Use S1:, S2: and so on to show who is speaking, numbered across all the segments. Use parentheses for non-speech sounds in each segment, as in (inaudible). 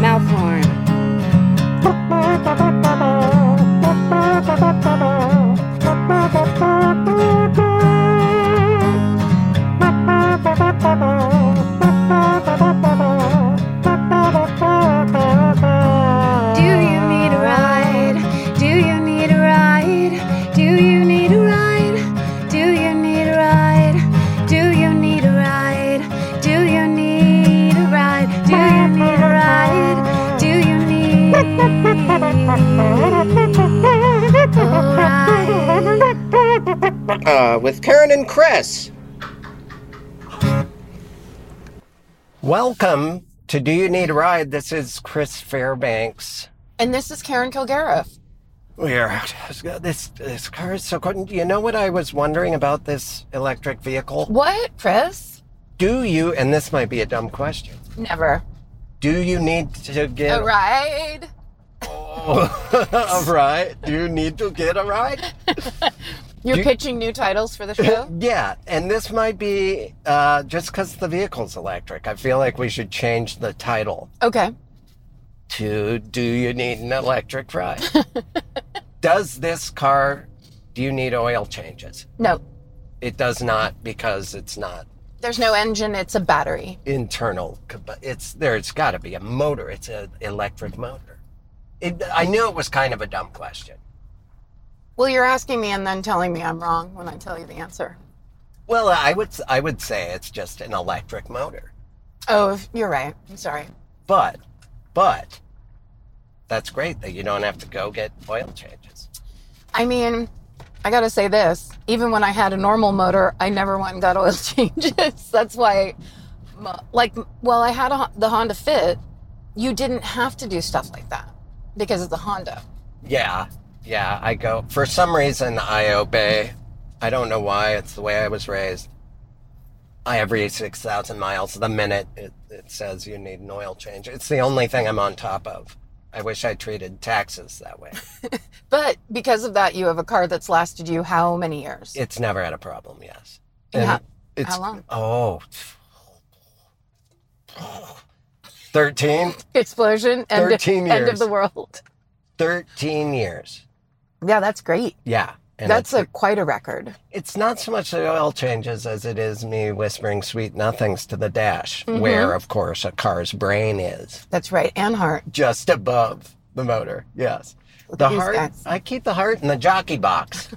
S1: Mouth horn. Do you need a ride? Do you need a ride? Do you need a ride? Do you need a ride? Do you need a ride? Do you need a ride? Do you need a ride? Do you need a ride?
S2: Uh, with Karen and Chris. Welcome to Do You Need a Ride? This is Chris Fairbanks.
S3: And this is Karen Kilgariff.
S2: We're this this car is so cool. You know what I was wondering about this electric vehicle?
S3: What, Chris?
S2: Do you? And this might be a dumb question.
S3: Never.
S2: Do you need to get (laughs)
S3: A ride?
S2: a ride? Do you need to get a ride?
S3: You're pitching new titles for the show?
S2: Yeah, and this might be uh, just because the vehicle's electric. I feel like we should change the title
S3: (laughs) okay.
S2: to Do You Need an Electric Ride? does this car, do you need oil changes?
S3: No.
S2: It does not because it's not
S3: There's no engine, it's a battery.
S2: internal. combu- It's There's got to be a motor, it's an electric motor. It, I knew it was kind of a dumb question.
S3: Well, you're asking me and then telling me I'm wrong when I tell you the answer.
S2: Well, I would I would say it's just an electric motor,
S3: Oh, if- you're right. I'm sorry.
S2: but but that's great that you don't have to go get oil changes.
S3: I mean, I gotta say this. Even when I had a normal motor, I never went and got oil (laughs) changes. That's why, mo- like, well, I had a, Hon- the Honda Fit. You didn't have to do stuff like that because it's a Honda.
S2: Yeah, yeah, I go. For some reason, I obey. I don't know why. It's the way I was raised. I every six thousand miles the minute it, it says you need an oil change. It's the only thing I'm on top of. I wish I treated taxes that
S3: (laughs)
S2: way.
S3: But because of that, you have a car that's lasted you how many years?
S2: It's never had a problem. Yes.
S3: And
S2: And
S3: how-
S2: it's,
S3: how long?
S2: Oh. 13,
S3: Explosion, end,
S2: 13
S3: end
S2: years.
S3: of the world. (laughs)
S2: 13 years.
S3: Yeah, that's great.
S2: Yeah. And
S3: that's
S2: it's,
S3: a quite a record.
S2: it's not so much the oil changes as it is me whispering sweet nothings to the dash,
S3: Mm-hmm.
S2: where, of course, a car's brain is
S3: That's right, and heart.
S2: just above the motor. Yes. The
S3: at these
S2: heart,
S3: guys.
S2: I keep the heart in the jockey box.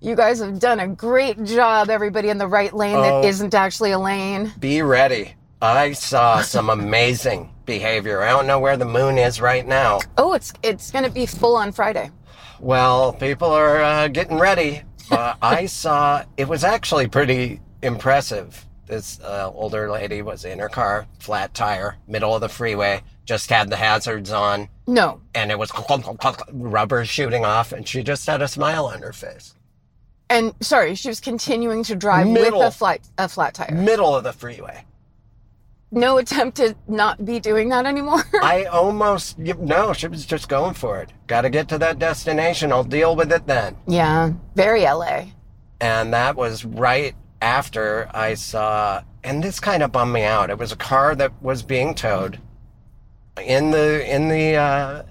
S3: You guys have done a great job. Everybody in the right lane
S2: Oh.
S3: that isn't actually a lane.
S2: Be ready. I saw some amazing behavior. I don't know where the moon is right now.
S3: Oh, it's it's going to be full on Friday.
S2: Well, people are uh, getting ready. Uh, I saw it was actually pretty impressive. This uh, older lady was in her car, flat tire, middle of the freeway, just had the hazards on,
S3: No,
S2: and it was rubber shooting off, and she just had a smile on her face.
S3: and sorry, she was continuing to drive
S2: Middle.
S3: with a flat a flat tire.
S2: Middle of the freeway.
S3: No attempt to not be doing that anymore. (laughs)
S2: I almost, you- no, she was just going for it. Got to get to that destination. I'll deal with it then.
S3: yeah, very LA.
S2: and that was right after I saw. And this kind of bummed me out. It was a car that was being towed in the in the uh,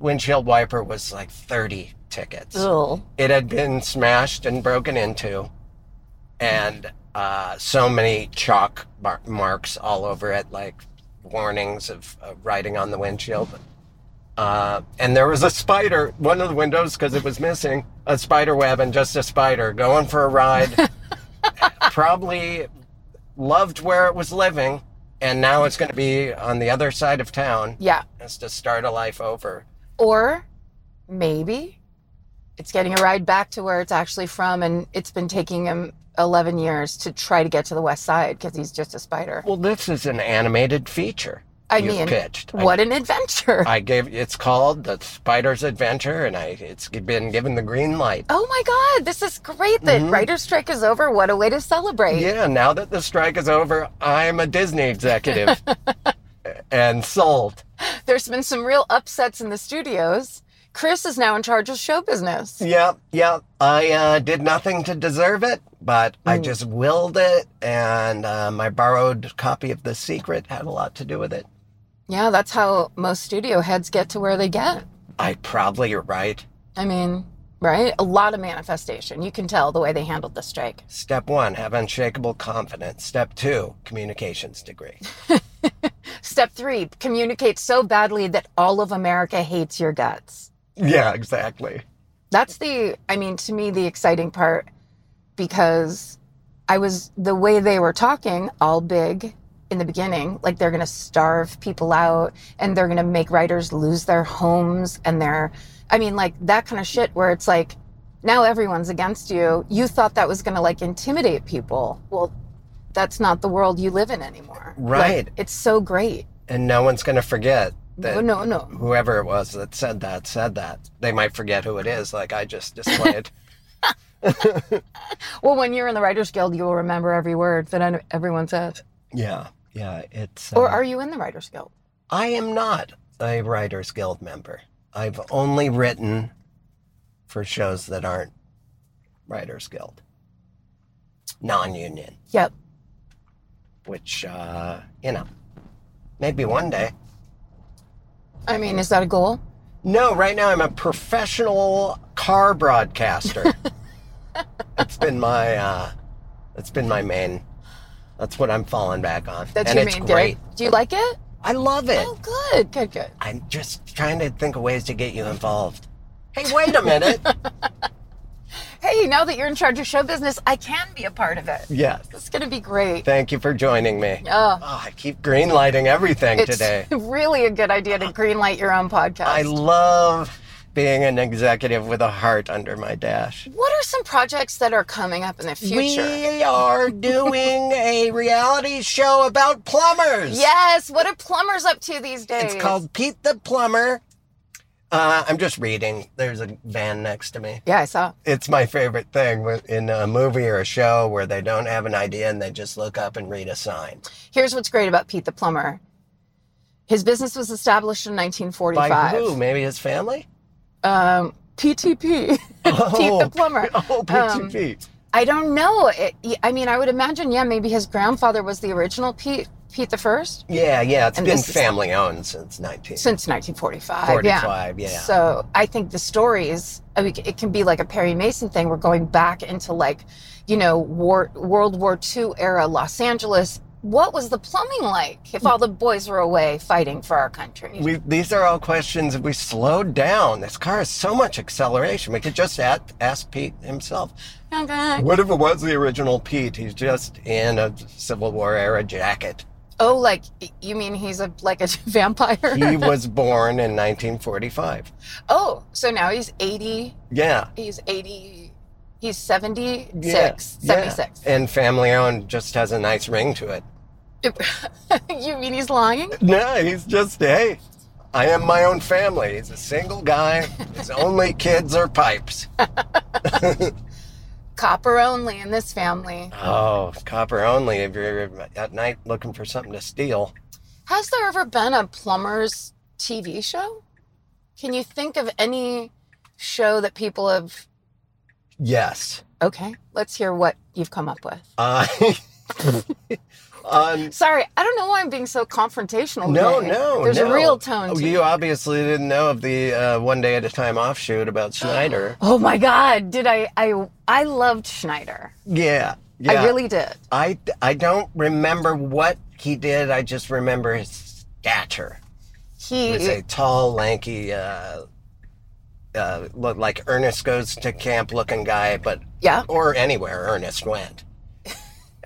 S2: windshield wiper was like 30 tickets.
S3: Ugh.
S2: It had been smashed and broken into, and uh, so many chalk mar- marks all over it, like warnings of, of writing on the windshield. Uh, and there was a spider, one of the windows, because it was missing, a spider web and just a spider going for a ride.
S3: (laughs)
S2: Probably loved where it was living, and now it's going to be on the other side of town.
S3: Yeah.
S2: Has to start a life over.
S3: Or maybe it's getting a ride back to where it's actually from, and it's been taking him 11 years to try to get to the west side because he's just a spider.
S2: Well, this is an animated feature.
S3: I
S2: you've
S3: mean,
S2: pitched. I-
S3: What an adventure!
S2: I gave it's called the Spider's Adventure, and I it's been given the green light.
S3: oh my God, this is great that
S2: Mhm.
S3: writer's strike is over. What a way to celebrate!
S2: Yeah, now that the strike is over, I'm a Disney executive and sold.
S3: There's been some real upsets in the studios. Chris is now in charge of show business.
S2: Yep, yep. I uh, did nothing to deserve it, but I just willed it, and uh, my borrowed copy of The Secret had a lot to do with it.
S3: Yeah, that's how most studio heads get to where they get.
S2: I probably you're right.
S3: I mean, right? A lot of manifestation. You can tell the way they handled the strike.
S2: Step one, have unshakable confidence. Step two, communications degree.
S3: Step three, communicate so badly that all of America hates your guts.
S2: yeah, exactly.
S3: That's the, I mean, to me, the exciting part because I was, the way they were talking, all big in the beginning, like they're going to starve people out and they're going to make writers lose their homes and their, I mean, like that kind of shit where it's like, now everyone's against you. You thought that was going to like intimidate people. Well, that's not the world you live in anymore. Like,
S2: Right.
S3: it's so great.
S2: And no one's going to forget that
S3: No, no, no.
S2: whoever it was that said that said that. They might forget who it is, like I just displayed.
S3: (laughs)
S2: (laughs)
S3: Well, when you're in the Writers Guild, you will remember every word that en- everyone says.
S2: yeah, yeah. It's.
S3: Or
S2: uh,
S3: are you in the Writers Guild?
S2: I am not a Writers Guild member. I've only written for shows that aren't Writers Guild, non-union.
S3: Yep.
S2: Which, uh, you know, maybe one day.
S3: I mean, is that a goal?
S2: No, right now I'm a professional car
S3: (laughs)
S2: broadcaster. that's been my uh that's been my main that's what I'm falling back on.
S3: That's
S2: and
S3: your
S2: it's
S3: main
S2: great.
S3: gig. Do you like it?
S2: I love it.
S3: Oh, good, good, good.
S2: I'm just trying to think of ways to get you involved. Hey, wait a
S3: (laughs)
S2: minute.
S3: Hey, now that you're in charge of show business, I can be a part of it.
S2: yes.
S3: It's going to be great.
S2: Thank you for joining me.
S3: Oh,
S2: Oh, I keep green lighting everything
S3: it's (laughs)
S2: today.
S3: really a good idea to greenlight your own podcast.
S2: I love being an executive with a heart under my dash.
S3: what are some projects that are coming up in the future?
S2: We are
S3: (laughs)
S2: doing a reality show about plumbers.
S3: Yes, what are plumbers up to these days?
S2: It's called Pete the Plumber. Uh, I'm just reading. There's a van next to me.
S3: Yeah, I saw.
S2: It's my favorite thing with- in a movie or a show where they don't have an idea and they just look up and read a sign.
S3: Here's what's great about Pete the Plumber. His business was established in 1945.
S2: By who? Maybe his family?
S3: um, (laughs) PTP, Pete
S2: (laughs) Oh,
S3: the plumber.
S2: Oh,
S3: Um,
S2: Pete Pete.
S3: I don't know. It, I mean, I would imagine, yeah, maybe his grandfather was the original Pete, Pete the First,
S2: Yeah, yeah. It's
S3: and
S2: been
S3: this is-
S2: family owned since 19.
S3: since 1945. Yeah.
S2: 45, yeah.
S3: So I think the stories, I mean, it can be like a Perry Mason thing. We're going back into like, you know, war, World War II era Los Angeles. What was the plumbing like if all the boys were away fighting for our country?
S2: we, these are all questions. If we slowed down, this car has so much acceleration. We could just a ask Pete himself.
S3: Okay.
S2: What if it was the original Pete? He's just in a Civil War era jacket.
S3: Oh, like you mean he's a like a (laughs) vampire?
S2: He was born in 1945.
S3: oh, so now he's 80
S2: Yeah.
S3: he's 80 he's 76
S2: Yeah.
S3: 76
S2: Yeah. And family owned just has a nice ring to it.
S3: (laughs) you mean he's lying
S2: No, he's just, hey, I am my own family. He's a single guy. His only kids are pipes.
S3: copper only in this family
S2: Oh, copper only if you're at night looking for something to steal.
S3: has there ever been a plumbers tv show can you think of any show that people have
S2: Yes.
S3: okay let's hear what you've come up with
S2: Uh, (laughs) on
S3: Sorry, I don't know why I'm being so confrontational.
S2: no,
S3: today.
S2: no,
S3: Oh, There's
S2: no. Oh,
S3: a real tone to
S2: You obviously didn't know of the uh, one day at a time offshoot about Schneider.
S3: Oh my God! Did I? I I loved Schneider.
S2: yeah, yeah.
S3: I really did.
S2: I, I don't remember what he did. I just remember his stature.
S3: He
S2: He was a tall, lanky, uh, uh, looked like Ernest goes to camp looking guy, but
S3: yeah.
S2: or anywhere Ernest
S3: (laughs)
S2: went.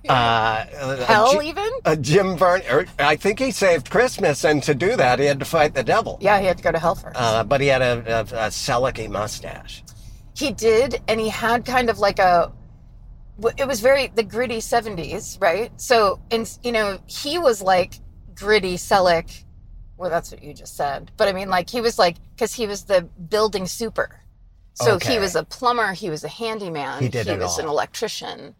S2: Uh,
S3: Hell,
S2: a, Ji-
S3: even
S2: a Jim Varney. or I think he saved Christmas, and to do that, he had to fight the devil.
S3: yeah, he had to go to hell first.
S2: Uh, but he had a, a, a Selicky mustache.
S3: he did, and he had kind of like a. w- It was very the gritty '70s, right? So, and you know, he was like gritty Selick. Well, that's what you just said, but I mean, like he was like because he was the building super. So
S2: Okay.
S3: he was a plumber. He was a handyman.
S2: He did it
S3: was an
S2: all.
S3: electrician.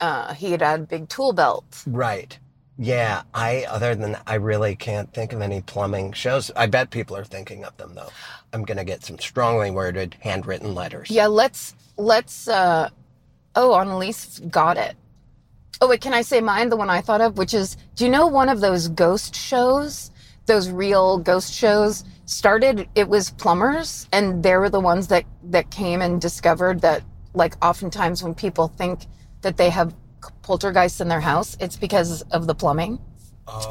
S3: Uh, he had had a big tool belt.
S2: Right. Yeah. I other than I really can't think of any plumbing shows. I bet people are thinking of them though. I'm gonna get some strongly worded handwritten letters.
S3: Yeah, let's let's uh oh Annalise got it. Oh wait, can I say mine, the one I thought of, which is do you know one of those ghost shows? Those real ghost shows started it was plumbers and they were the ones that that came and discovered that like oftentimes when people think that they have poltergeists in their house, it's because of the plumbing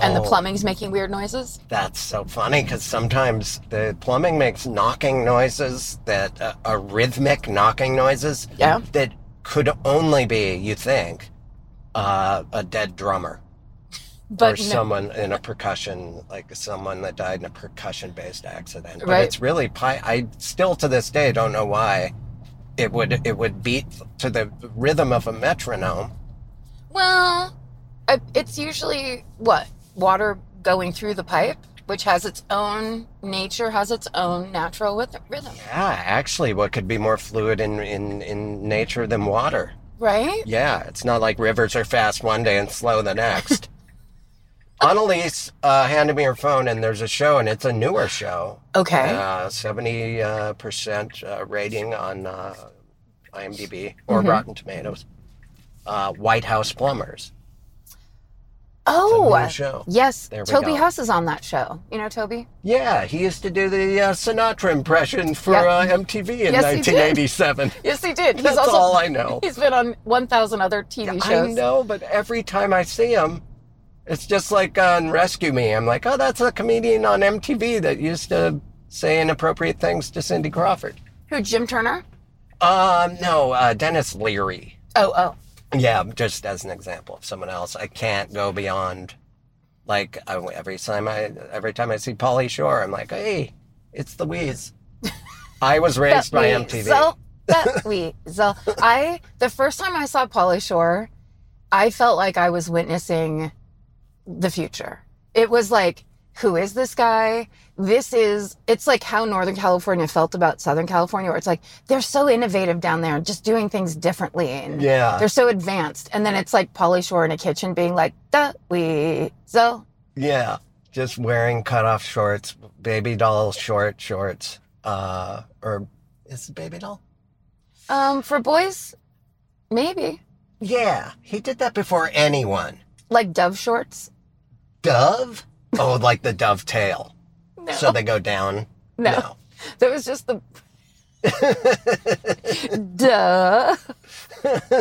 S3: and the
S2: Oh,
S3: plumbing's making weird noises.
S2: That's so funny because sometimes the plumbing makes knocking noises that uh, are rhythmic knocking noises
S3: Yeah.
S2: that could only be, you think, uh, a dead drummer
S3: But
S2: or
S3: no,
S2: someone in a percussion, like someone that died in a percussion-based accident. But
S3: Right.
S2: it's really pi- I still to this day don't know why it would it would beat to the rhythm of a metronome.
S3: Well, I- it's usually what water going through the pipe, which has its own nature, has its own natural with- rhythm,
S2: Yeah, actually, what could be more fluid in in in nature than water?
S3: right?
S2: Yeah, it's not like rivers are fast one day and slow the
S3: (laughs)
S2: next. Annalise uh, handed me her phone, and there's a show, and it's a newer show.
S3: Okay.
S2: Uh, 70% uh, percent, uh, rating on uh, IMDb or
S3: Mm-hmm.
S2: Rotten Tomatoes. Uh, White House Plumbers.
S3: oh,
S2: it's a new show.
S3: uh, yes.
S2: There we
S3: Toby
S2: go.
S3: Huss is on that show. You know Toby?
S2: Yeah, he used to do the uh, Sinatra impression for
S3: Yeah.
S2: uh, MTV in
S3: Yes, he did.
S2: 1987.
S3: Yes, he did.
S2: That's all I know.
S3: (laughs) He's been on 1,000 other TV
S2: I
S3: shows.
S2: know, but every time I see him, it's just like on Rescue Me. I'm like, oh, that's a comedian on MTV that used to say inappropriate things to Cindy Crawford.
S3: Who, Jim Turner?
S2: Um, no, uh, Dennis Leary.
S3: Oh, oh.
S2: Yeah, just as an example of someone else, I can't go beyond. Like I, every time I every time I see Polly Shore, I'm like, hey, it's the
S3: (laughs)
S2: Wheeze. I was raised by MTV.
S3: Weasel, that weasel. I the first time I saw Polly Shore, I felt like I was witnessing the future. It was like, who is this guy? This is. It's like how Northern California felt about Southern California, where it's like they're so innovative down there, and just doing things differently, and
S2: Yeah.
S3: they're so advanced. And then it's like Polly Shore in a kitchen being like that weasel.
S2: Yeah, just wearing cutoff shorts, baby doll short shorts, uh, or is it baby doll?
S3: Um, for boys, maybe
S2: Yeah, he did that before anyone.
S3: like Dove shorts.
S2: Dove? Oh, like the dovetail.
S3: (laughs) No.
S2: So they go down.
S3: No. That was just the. (laughs) Duh.
S2: (laughs)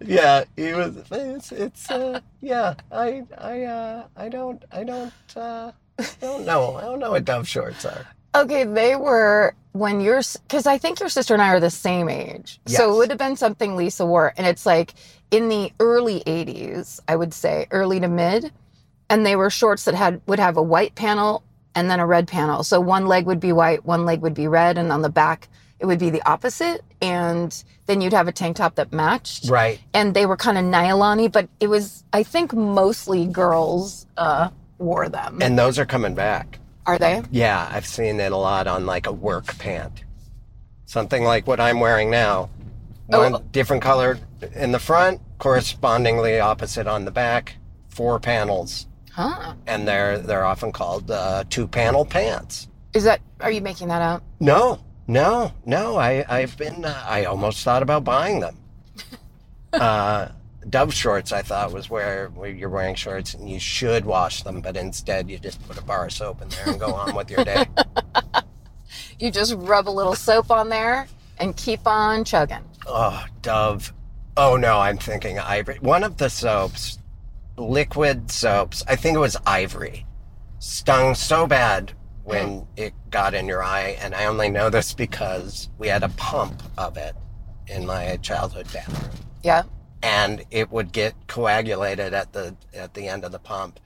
S2: Yeah, he was. It's. it's uh, yeah, I. I. Uh, I don't. I don't. Uh, I don't know. I don't know what dove shorts are.
S3: Okay, they were when you're, because I think your sister and I are the same age. So
S2: Yes.
S3: it would have been something Lisa wore. And it's like in the early 80s, I would say, early to mid. And they were shorts that had would have a white panel and then a red panel. So one leg would be white, one leg would be red. And on the back, it would be the opposite. And then you'd have a tank top that matched.
S2: Right.
S3: and they were kind of nylon but it was I think mostly girls uh, wore them.
S2: And those are coming back.
S3: Are they?
S2: Yeah, I've seen it a lot on like a work pant. Something like what I'm wearing now. One
S3: Oh.
S2: different color in the front, correspondingly opposite on the back, four panels.
S3: Huh?
S2: And they're they're often called uh, two panel pants.
S3: Is that? Are you making that up?
S2: No, no, no. I I've been uh, I almost thought about buying them. uh, Dove shorts, I thought, was where, where you're wearing shorts and you should wash them, but instead you just put a bar of soap in there and go on with your day.
S3: You just rub a little soap on there and keep on chugging.
S2: Oh, Dove. Oh no, I'm thinking Ivory. One of the soaps, liquid soaps, I think it was Ivory, stung so bad when it got in your eye. And I only know this because we had a pump of it in my childhood bathroom.
S3: Yeah.
S2: And it would get coagulated at the at the end of the pump.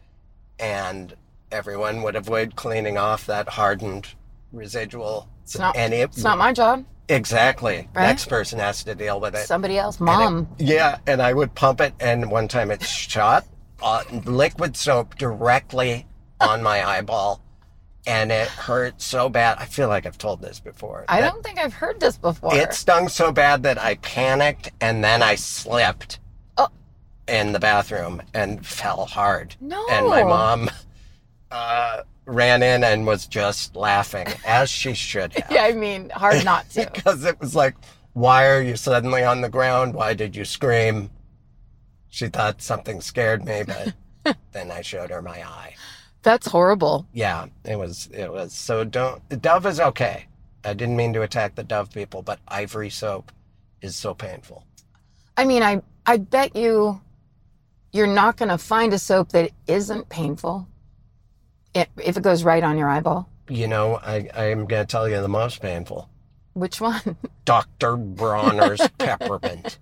S2: And everyone would avoid cleaning off that hardened residual.
S3: It's not-
S2: and it,
S3: It's not my job.
S2: Exactly.
S3: Right?
S2: Next person has to deal with it.
S3: Somebody else,
S2: And it-
S3: mom.
S2: yeah, and I would pump it, and one time it (laughs) shot uh, liquid soap directly on my eyeball, and it hurt so bad. I feel like I've told this before.
S3: I
S2: that
S3: don't think I've heard this before.
S2: It stung so bad that I panicked, and then I slipped
S3: Oh.
S2: in the bathroom and fell hard.
S3: no.
S2: And my mom uh, ran in and was just laughing, as she should have.
S3: (laughs) Yeah, I mean, hard
S2: (laughs)
S3: not to.
S2: because it was like, why are you suddenly on the ground? Why did you scream? She thought something scared me,
S3: (laughs)
S2: but then I showed her my eye.
S3: That's horrible.
S2: Yeah, it was it was so don't the dove is okay. I didn't mean to attack the dove people, but ivory soap is so painful.
S3: I mean, I I bet you you're not going to find a soap that isn't painful i- if it goes right on your eyeball.
S2: You know, I, I am gonna tell you the most painful.
S3: Which one?
S2: Dr. Bronner's
S3: (laughs)
S2: peppermint.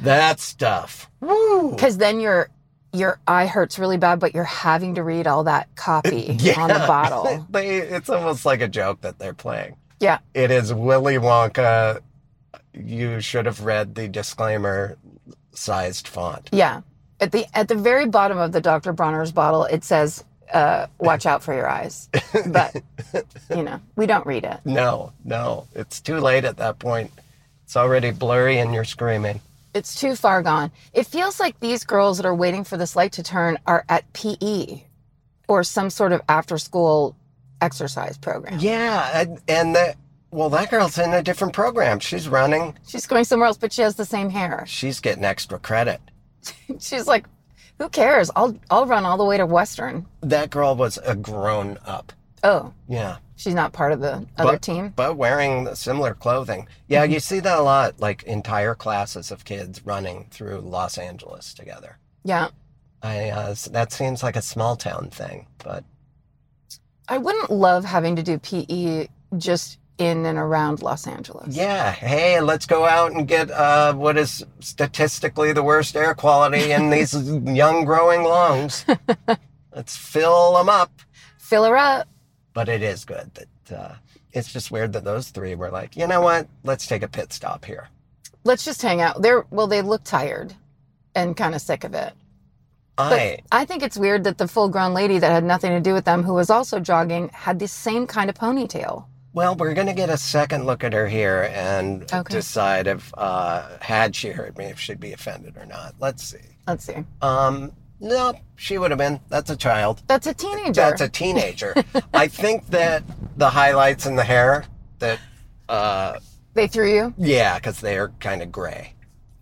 S2: That stuff. Woo!
S3: Because then your your eye hurts really bad, but you're having to read all that
S2: (laughs)
S3: copy on the bottle.
S2: they, it's almost like a joke that they're playing.
S3: Yeah.
S2: It is Willy Wonka. You should have read the disclaimer sized font.
S3: Yeah. At the at the very bottom of the Dr. Bronner's bottle, it says, uh, "Watch out for your eyes." But you know, we don't read it.
S2: No, no, it's too late at that point. It's already blurry and you're screaming.
S3: It's too far gone. It feels like these girls that are waiting for this light to turn are at PE or some sort of after school exercise program.
S2: Yeah, and, and the, well, that girl's in a different program. She's running,
S3: She's going somewhere else, but she has the same hair. (laughs)
S2: she's getting extra credit.
S3: She's like, who cares? I'll I'll run all the way to Western.
S2: That girl was a grown up.
S3: Oh,
S2: Yeah.
S3: she's not part of the other
S2: But-
S3: team.
S2: but wearing the similar clothing. Yeah, you see that a lot, like entire classes of kids running through Los Angeles together.
S3: Yeah.
S2: I uh, s- that seems like a small town thing, but
S3: I wouldn't love having to do PE just in and around Los Angeles.
S2: yeah, hey, let's go out and get uh, what is statistically the worst air quality in these young growing lungs. let's fill them up.
S3: Fill her up.
S2: But it is good that uh, it's just weird that those three were like, you know what? Let's take a pit stop here.
S3: Let's just hang out. They're well, they look tired and kind of sick of it.
S2: I
S3: I think it's weird that the full grown lady that had nothing to do with them, who was also jogging, had the same kind of ponytail.
S2: Well, we're going to get a second look at her here and
S3: Okay.
S2: decide if, uh, had she heard me, if she'd be offended or not. Let's see.
S3: Let's see.
S2: Um, no, she would have been. That's a child.
S3: That's a teenager.
S2: That's a teenager. I think that the highlights in the hair that, uh,
S3: they threw you.
S2: yeah, because they are kind of gray.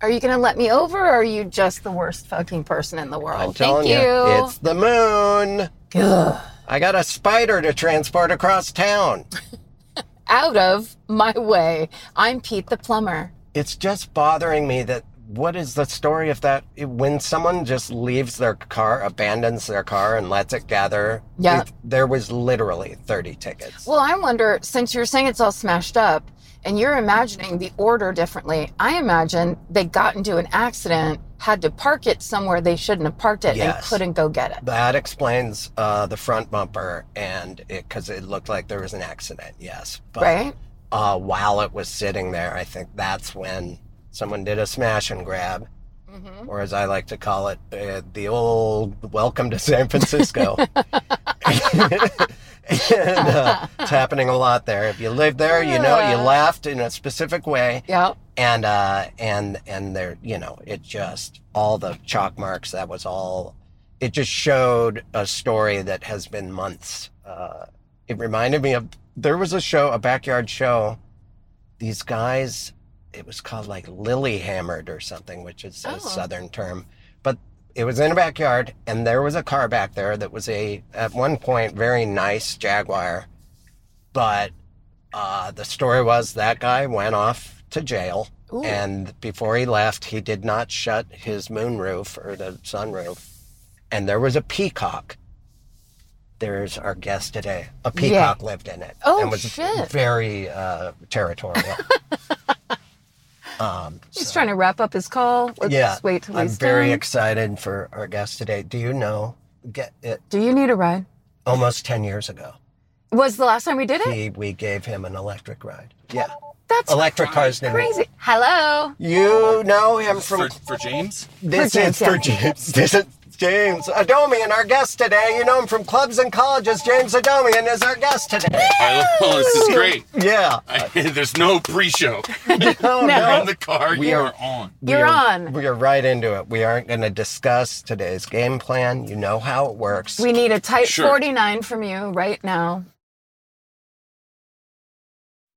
S3: Are you going to let me over or are you just the worst fucking person in the world?
S2: I'm telling
S3: Oh, Thank you.
S2: it's the moon.
S3: Ugh.
S2: I got a spider to transport across town.
S3: Out of my way. I'm Pete the plumber.
S2: it's just bothering me that what is the story of that when someone just leaves their car abandons their car and lets it gather
S3: Yeah.
S2: it- there was literally 30 tickets
S3: Well, I wonder since you're saying it's all smashed up and you're imagining the order differently, I imagine they got into an accident, had to park it somewhere they shouldn't have parked it, and
S2: Yes.
S3: couldn't go get it.
S2: that explains uh, the front bumper and it because it looked like there was an accident yes but
S3: right?
S2: uh, while it was sitting there i think that's when someone did a smash and grab
S3: Mm-hmm.
S2: or as i like to call it uh, the old welcome to san
S3: (laughs)
S2: francisco and uh, it's happening a lot there. If you live there, you know you
S3: Yeah.
S2: laughed in a specific way,
S3: Yeah.
S2: and uh, and and there, you know, it just all the chalk marks. That was all. It just showed a story that has been months. Uh, it reminded me of there was a show, a backyard show. These guys it was called like lily hammered or something, which is a
S3: Oh.
S2: southern term. But it was in a backyard, and there was a car back there that was a at one point very nice Jaguar, but uh, the story was that guy went off to jail,
S3: Ooh.
S2: and before he left, he did not shut his moonroof or the sunroof, and there was a peacock. There's our guest today. A peacock lived in it
S3: Oh,
S2: and was
S3: shit.
S2: very uh,
S3: (laughs)
S2: territorial. um,
S3: He's
S2: so,
S3: trying to wrap up his call. Let's
S2: yeah,
S3: wait till
S2: I'm
S3: he's
S2: very
S3: done.
S2: excited for our guest today. Do you know? Get it
S3: Do you need a ride?
S2: almost ten years ago.
S3: Was the last time we did it?
S2: He, we gave him an electric ride. Yeah,
S3: That's
S2: electric cars didn't.
S3: crazy. Hello.
S2: You know him
S4: For,
S2: from
S4: for (laughs) James?
S2: this
S3: for
S2: is
S3: James, yeah.
S2: for James. This is James Adomian, our guest today. You know him from clubs and colleges. James Adomian is our guest today.
S4: I love, Oh, this is great.
S2: Yeah.
S4: I, (laughs) there's no (laughs) pre-show.
S2: Oh,
S4: You're on the car.
S2: We
S4: you
S2: are-
S4: are on.
S2: We
S3: You're
S2: are-
S3: on.
S2: We are right into it. We aren't going to discuss today's game plan. You know how it works.
S3: We need a type
S4: Sure.
S3: 49 from you right now.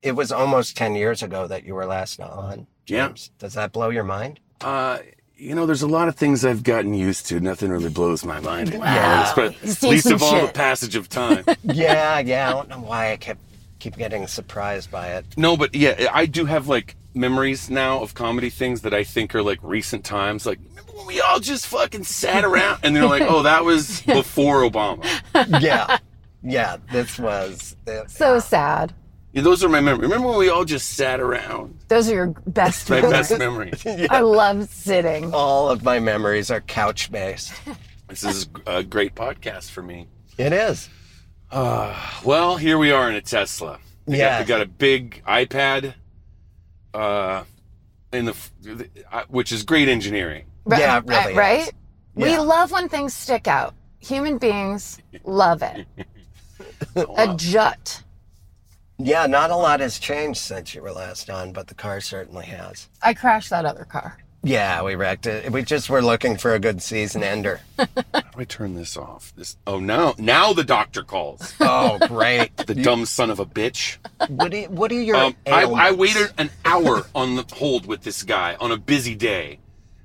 S2: it was almost 10 years ago that you were last on.
S4: Yeah.
S2: James. Does that blow your mind?
S4: Uh, you know, there's a lot of things I've gotten used to. Nothing really blows my mind.
S3: Wow.
S4: But
S3: You've seen
S4: least
S3: some
S4: of all, the
S3: shit.
S4: passage of
S3: (laughs)
S4: time.
S2: yeah, (laughs) yeah. I don't know why I kept keep getting surprised by it.
S4: no, but yeah, I do have like memories now of comedy things that I think are like recent times. Like, remember when we all just fucking sat around and they're like, oh,
S3: (laughs)
S4: that was before Obama.
S2: Yeah. yeah, this was it-
S3: So sad.
S4: Yeah, those are my memories. Remember when we all just sat around?
S3: Those are your
S2: (laughs)
S3: best (laughs)
S4: My
S3: memories.
S4: best memories.
S3: I love sitting.
S2: all of my memories are couch based.
S4: This is a great podcast for me.
S2: It is.
S4: Well, here we are in a Tesla. We
S2: Yeah.
S4: got, we got a big iPad, uh, in the, f- the I- which is great engineering.
S3: Ri-
S2: Yeah, it really
S3: uh, Right?
S2: is.
S3: We
S2: Yeah.
S3: love when things stick out. Human beings love it. a jut.
S2: Yeah, not a lot has changed since you were last on, but the car certainly has.
S3: I crashed that other car.
S2: Yeah, we wrecked it. We just were looking for a good season ender.
S4: How do I turn this off? This oh now now the doctor calls.
S2: Oh, great.
S4: The dumb son of a bitch.
S2: What do you, what are your
S4: Um, I, I
S2: ailments?
S4: waited an hour on the hold with this guy on a busy day,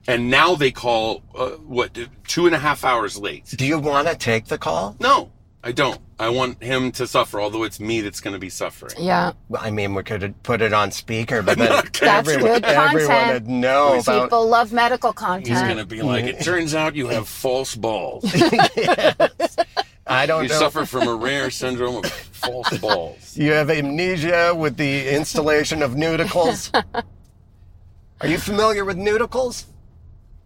S4: and now they call uh, what two and a half hours late.
S2: Do you want to take the call?
S4: No, I don't. I want him to suffer. Although it's me that's going to be suffering.
S3: Yeah.
S2: Well, I mean, we could have put it on speaker, but
S4: (laughs)
S2: then
S3: That's
S2: everyone,
S3: good
S2: everyone
S3: content.
S2: would know about.
S3: People love medical
S4: He's going to
S3: content.
S4: be like, it turns out you have false balls.
S2: I don't
S4: You
S2: know.
S4: suffer from a rare syndrome of false balls.
S2: You have amnesia with the installation of
S3: (laughs)
S2: nudicles. Are you familiar with nudicles?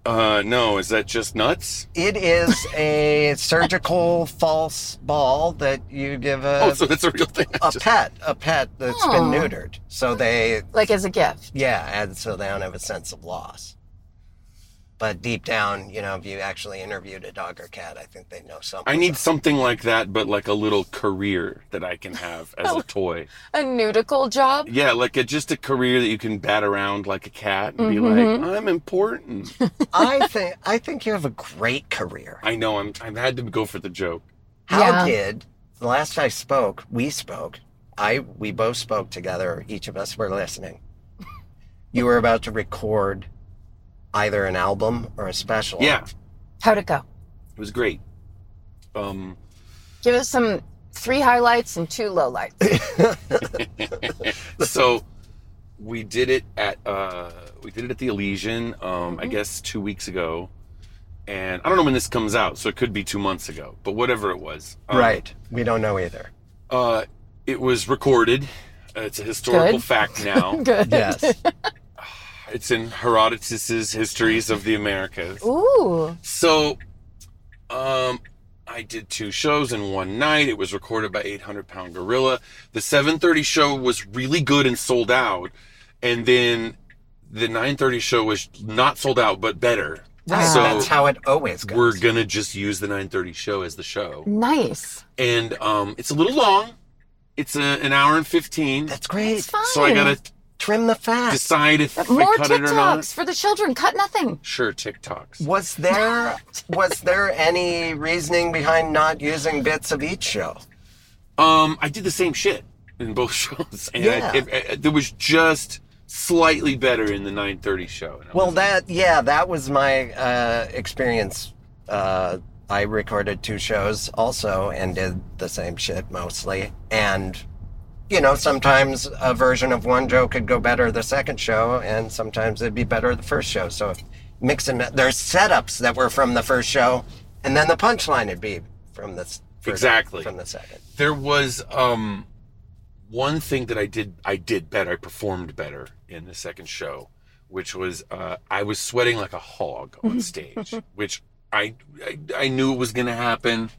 S4: Uh, no, is that just nuts?
S2: It is a surgical false ball that you give a,
S4: Oh, so that's a real thing.
S2: a
S4: Just-
S2: pet, a pet that's been
S3: Aw.
S2: neutered. So they
S3: Like as a gift.
S2: Yeah, and so they don't have a sense of loss. But deep down, you know, if you actually interviewed a dog or cat, I think they know something.
S4: I need something like that, but like a little career that I can have as a toy.
S3: A nudical job.
S4: Yeah, like a, just a career that you can bat around like a cat and be like, I'm important.
S2: (laughs) I think I think you have a great career.
S4: I know, I'm, I've had to go for the joke.
S2: How
S3: Yeah.
S2: did the last I spoke, we spoke, I we both spoke together, each of us were listening. You were about to record either an album or a special.
S4: Yeah,
S3: How'd it go?
S4: it was great. Um,
S3: Give us some three highlights and
S2: (laughs)
S3: two lowlights.
S4: so we did it at uh we did it at the Elysian um
S3: Mm-hmm.
S4: I guess 2 weeks ago and I don't know when this comes out so it could be 2 months ago but whatever it was um,
S2: Right. We don't know either.
S4: uh it was recorded Uh, it's a historical
S3: Good.
S4: fact now
S3: (laughs) Good.
S2: Yes.
S4: it's in Herodotus's histories of the Americas
S3: Ooh.
S4: so um I did two shows in one night. It was recorded by 800 Pound Gorilla. The 7:30 show was really good and sold out, and then the 9:30 show was not sold out but better.
S2: Right,
S4: So
S2: That's how it always goes.
S4: we're gonna just use the 9:30 show as the show,
S3: Nice.
S4: and um, it's a little long. It's a, an hour and 15.
S2: That's great.
S3: Fine.
S4: So I gotta
S2: Trim the fat.
S4: decide if
S3: More
S4: I cut it or not.
S3: TikToks for the children. Cut nothing.
S4: Sure, TikToks.
S2: Was there was there any reasoning behind not using bits of each show?
S4: Um, I did the same shit in both (laughs) shows, and I-
S2: Yeah.
S4: it- it- there was just slightly better in the 930 show. And I
S2: Well,
S4: was-
S2: that yeah, that was my uh, experience. Uh, I recorded two shows also and did the same shit mostly. And you know, sometimes a version of one joke could go better the second show, and sometimes it'd be better the first show. So if mix and ma- there's setups that were from the first show, and then the punchline would be from the s- for-
S4: Exactly.
S2: from the second.
S4: there was um one thing that I did I did better I performed better in the second show which was uh, I was sweating like a hog on stage which I, I I knew it was gonna happen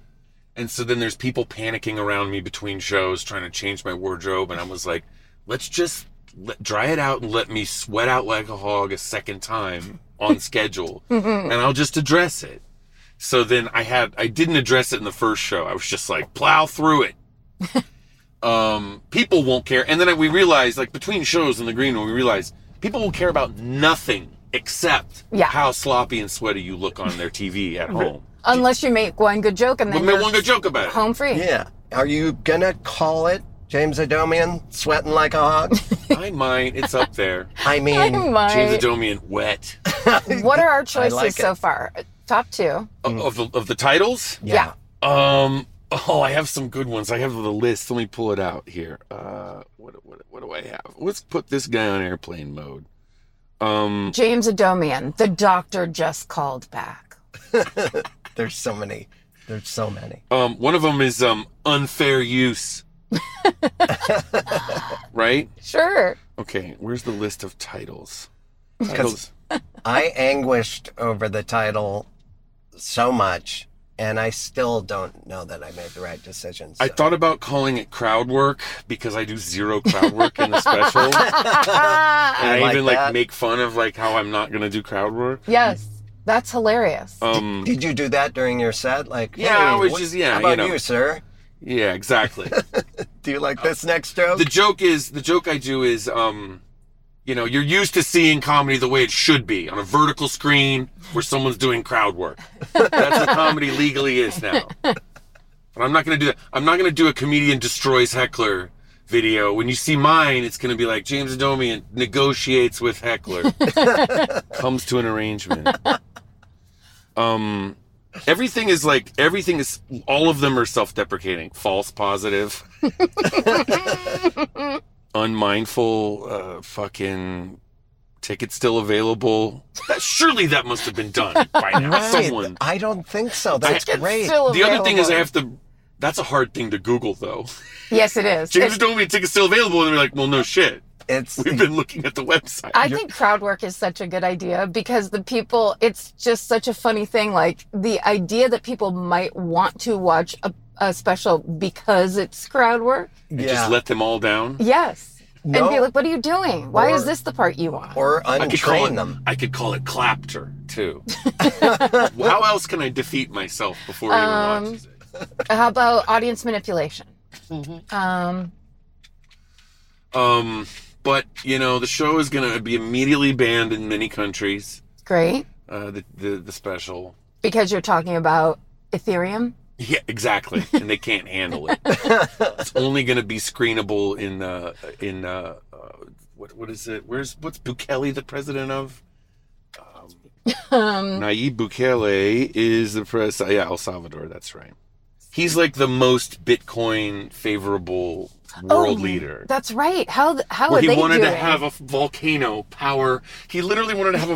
S4: and so then there's people panicking around me between shows trying to change my wardrobe and I was like let's just let, dry it out and let me sweat out like a hog a second time on schedule and I'll just address it so then I had I didn't address it in the first show. I was just like plow through
S3: (laughs)
S4: it. um, people won't care. And then I, we realized like between shows in the green room, we realized people will care about nothing except
S3: Yeah.
S4: how sloppy and sweaty you look on their TV
S3: (laughs)
S4: at home.
S3: Unless you make one good joke and
S4: But
S3: then
S4: make
S3: you're
S4: one good joke about it.
S3: home free.
S2: (laughs) Yeah, are you gonna call it James Adomian sweating like a
S3: (laughs)
S2: hog?
S4: I might. It's up there.
S2: I mean,
S3: I might.
S4: James Adomian wet
S3: What are our choices
S2: like it.
S3: so far? Top two.
S4: O- of the of the titles.
S3: Yeah.
S4: Um. (laughs) Oh, I have some good ones. I have the list. Let me pull it out here. Uh, what what what do I have? Let's put this guy on airplane mode. Um.
S3: James Adomian, the doctor just called back.
S2: There's so many. There's so many.
S4: Um, one of them is um, unfair use. right?
S3: Sure.
S4: Okay, where's the list of titles? Titles.
S2: I anguished over the title so much, and I still don't know that I made the right decision. So.
S4: I thought about calling it crowd work because I do zero crowd work in the special. and I,
S2: like
S4: even
S2: that.
S4: like make fun of like how I'm not gonna do crowd work.
S3: Yes. That's hilarious.
S2: Uh,
S4: Um,
S2: Did you do that during your set? Like,
S4: Yeah, I
S2: hey,
S4: was
S2: what-
S4: just- yeah,
S2: How
S4: you
S2: about
S4: know. Uh,
S2: sir?
S4: yeah, exactly.
S2: Do you like this next joke?
S4: the joke is the joke I do is um you know, you're used to seeing comedy the way it should be on a vertical screen where someone's doing crowd work. That's what comedy legally is now. But I'm not going to do that. I'm not going to do a comedian destroys heckler video. When you see mine, it's going to be like James Adomian negotiates with heckler, comes to an arrangement. Um, everything is like everything is. All of them are self-deprecating,
S3: (laughs)
S4: false positive unmindful uh, fucking ticket still available that surely that must have been done by now
S2: Right.
S4: someone
S2: I don't think so. That's
S4: Tickets
S2: great.
S3: Still
S4: the other thing is i
S3: available.
S4: have to that's a hard thing to google though
S3: Yes, it is.
S4: james
S3: It-
S4: told me tickets still available and they're like well no shit
S2: It's
S4: we've been looking at the website
S3: I think crowd work is such a good idea because the people, it's just such a funny thing. Like the idea that people might want to watch a, a special because it's crowd work.
S4: and
S2: yeah.
S4: just let them all down
S3: Yes.
S2: No.
S3: And be like, what are you doing? Why is
S2: Or-
S3: this the part you want?
S2: or
S4: I could call
S2: untrain
S4: it.
S2: Oh, them. (laughs)
S4: I could call it clapter too. How else can I defeat myself before anyone
S3: Um,
S4: watches it?
S3: How about audience manipulation?
S2: Mm-hmm.
S3: Um,
S4: Um, but you know, the show is going to be immediately banned in many countries.
S3: great.
S4: uh, the, the the special.
S3: Because you're talking about Ethereum. (laughs)
S4: Yeah, exactly. And they can't handle it. it's only going to be screenable in uh, in uh, uh, what what is it? Where's what's Bukele the president of? Um, Nayib Bukele is the press. Yeah, El Salvador. That's right. He's like the most Bitcoin favorable world
S3: Oh,
S4: leader.
S3: That's right. How th- how
S4: Where
S3: are
S4: he
S3: they
S4: wanted
S3: doing?
S4: to have a volcano power. He literally wanted to have a